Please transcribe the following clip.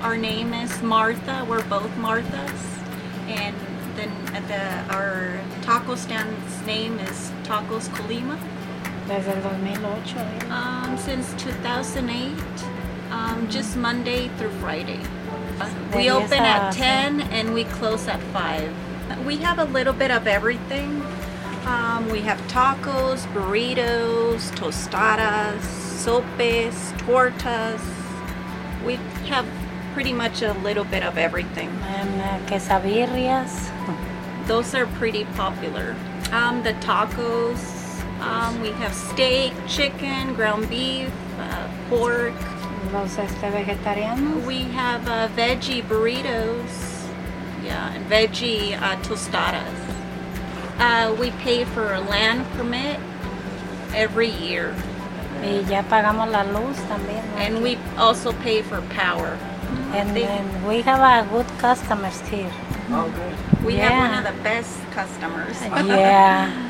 Our name is Martha. We're both Marthas, and then uh, the our taco stand's name is Tacos Colima. Desde el 2008. ¿eh? Um, since 2008, um, just Monday through Friday. Uh, We Then yes, open at uh, 10 and we close at 5. We have a little bit of everything. Um, we have tacos, burritos, tostadas, sopes, tortas. We have pretty much a little bit of everything. En, eh, quesabirrias. Those are pretty popular. Um, the tacos, um, we have steak, chicken, ground beef, uh, pork. Los este, vegetarianos. We have uh, veggie burritos, yeah, and veggie uh, tostadas. Uh, we pay for a land permit every year, Y ya pagamos la luz también. ¿no? and we also pay for power. And, They- and we have a good customers here. Oh, good. we yeah. have one of the best customers. yeah.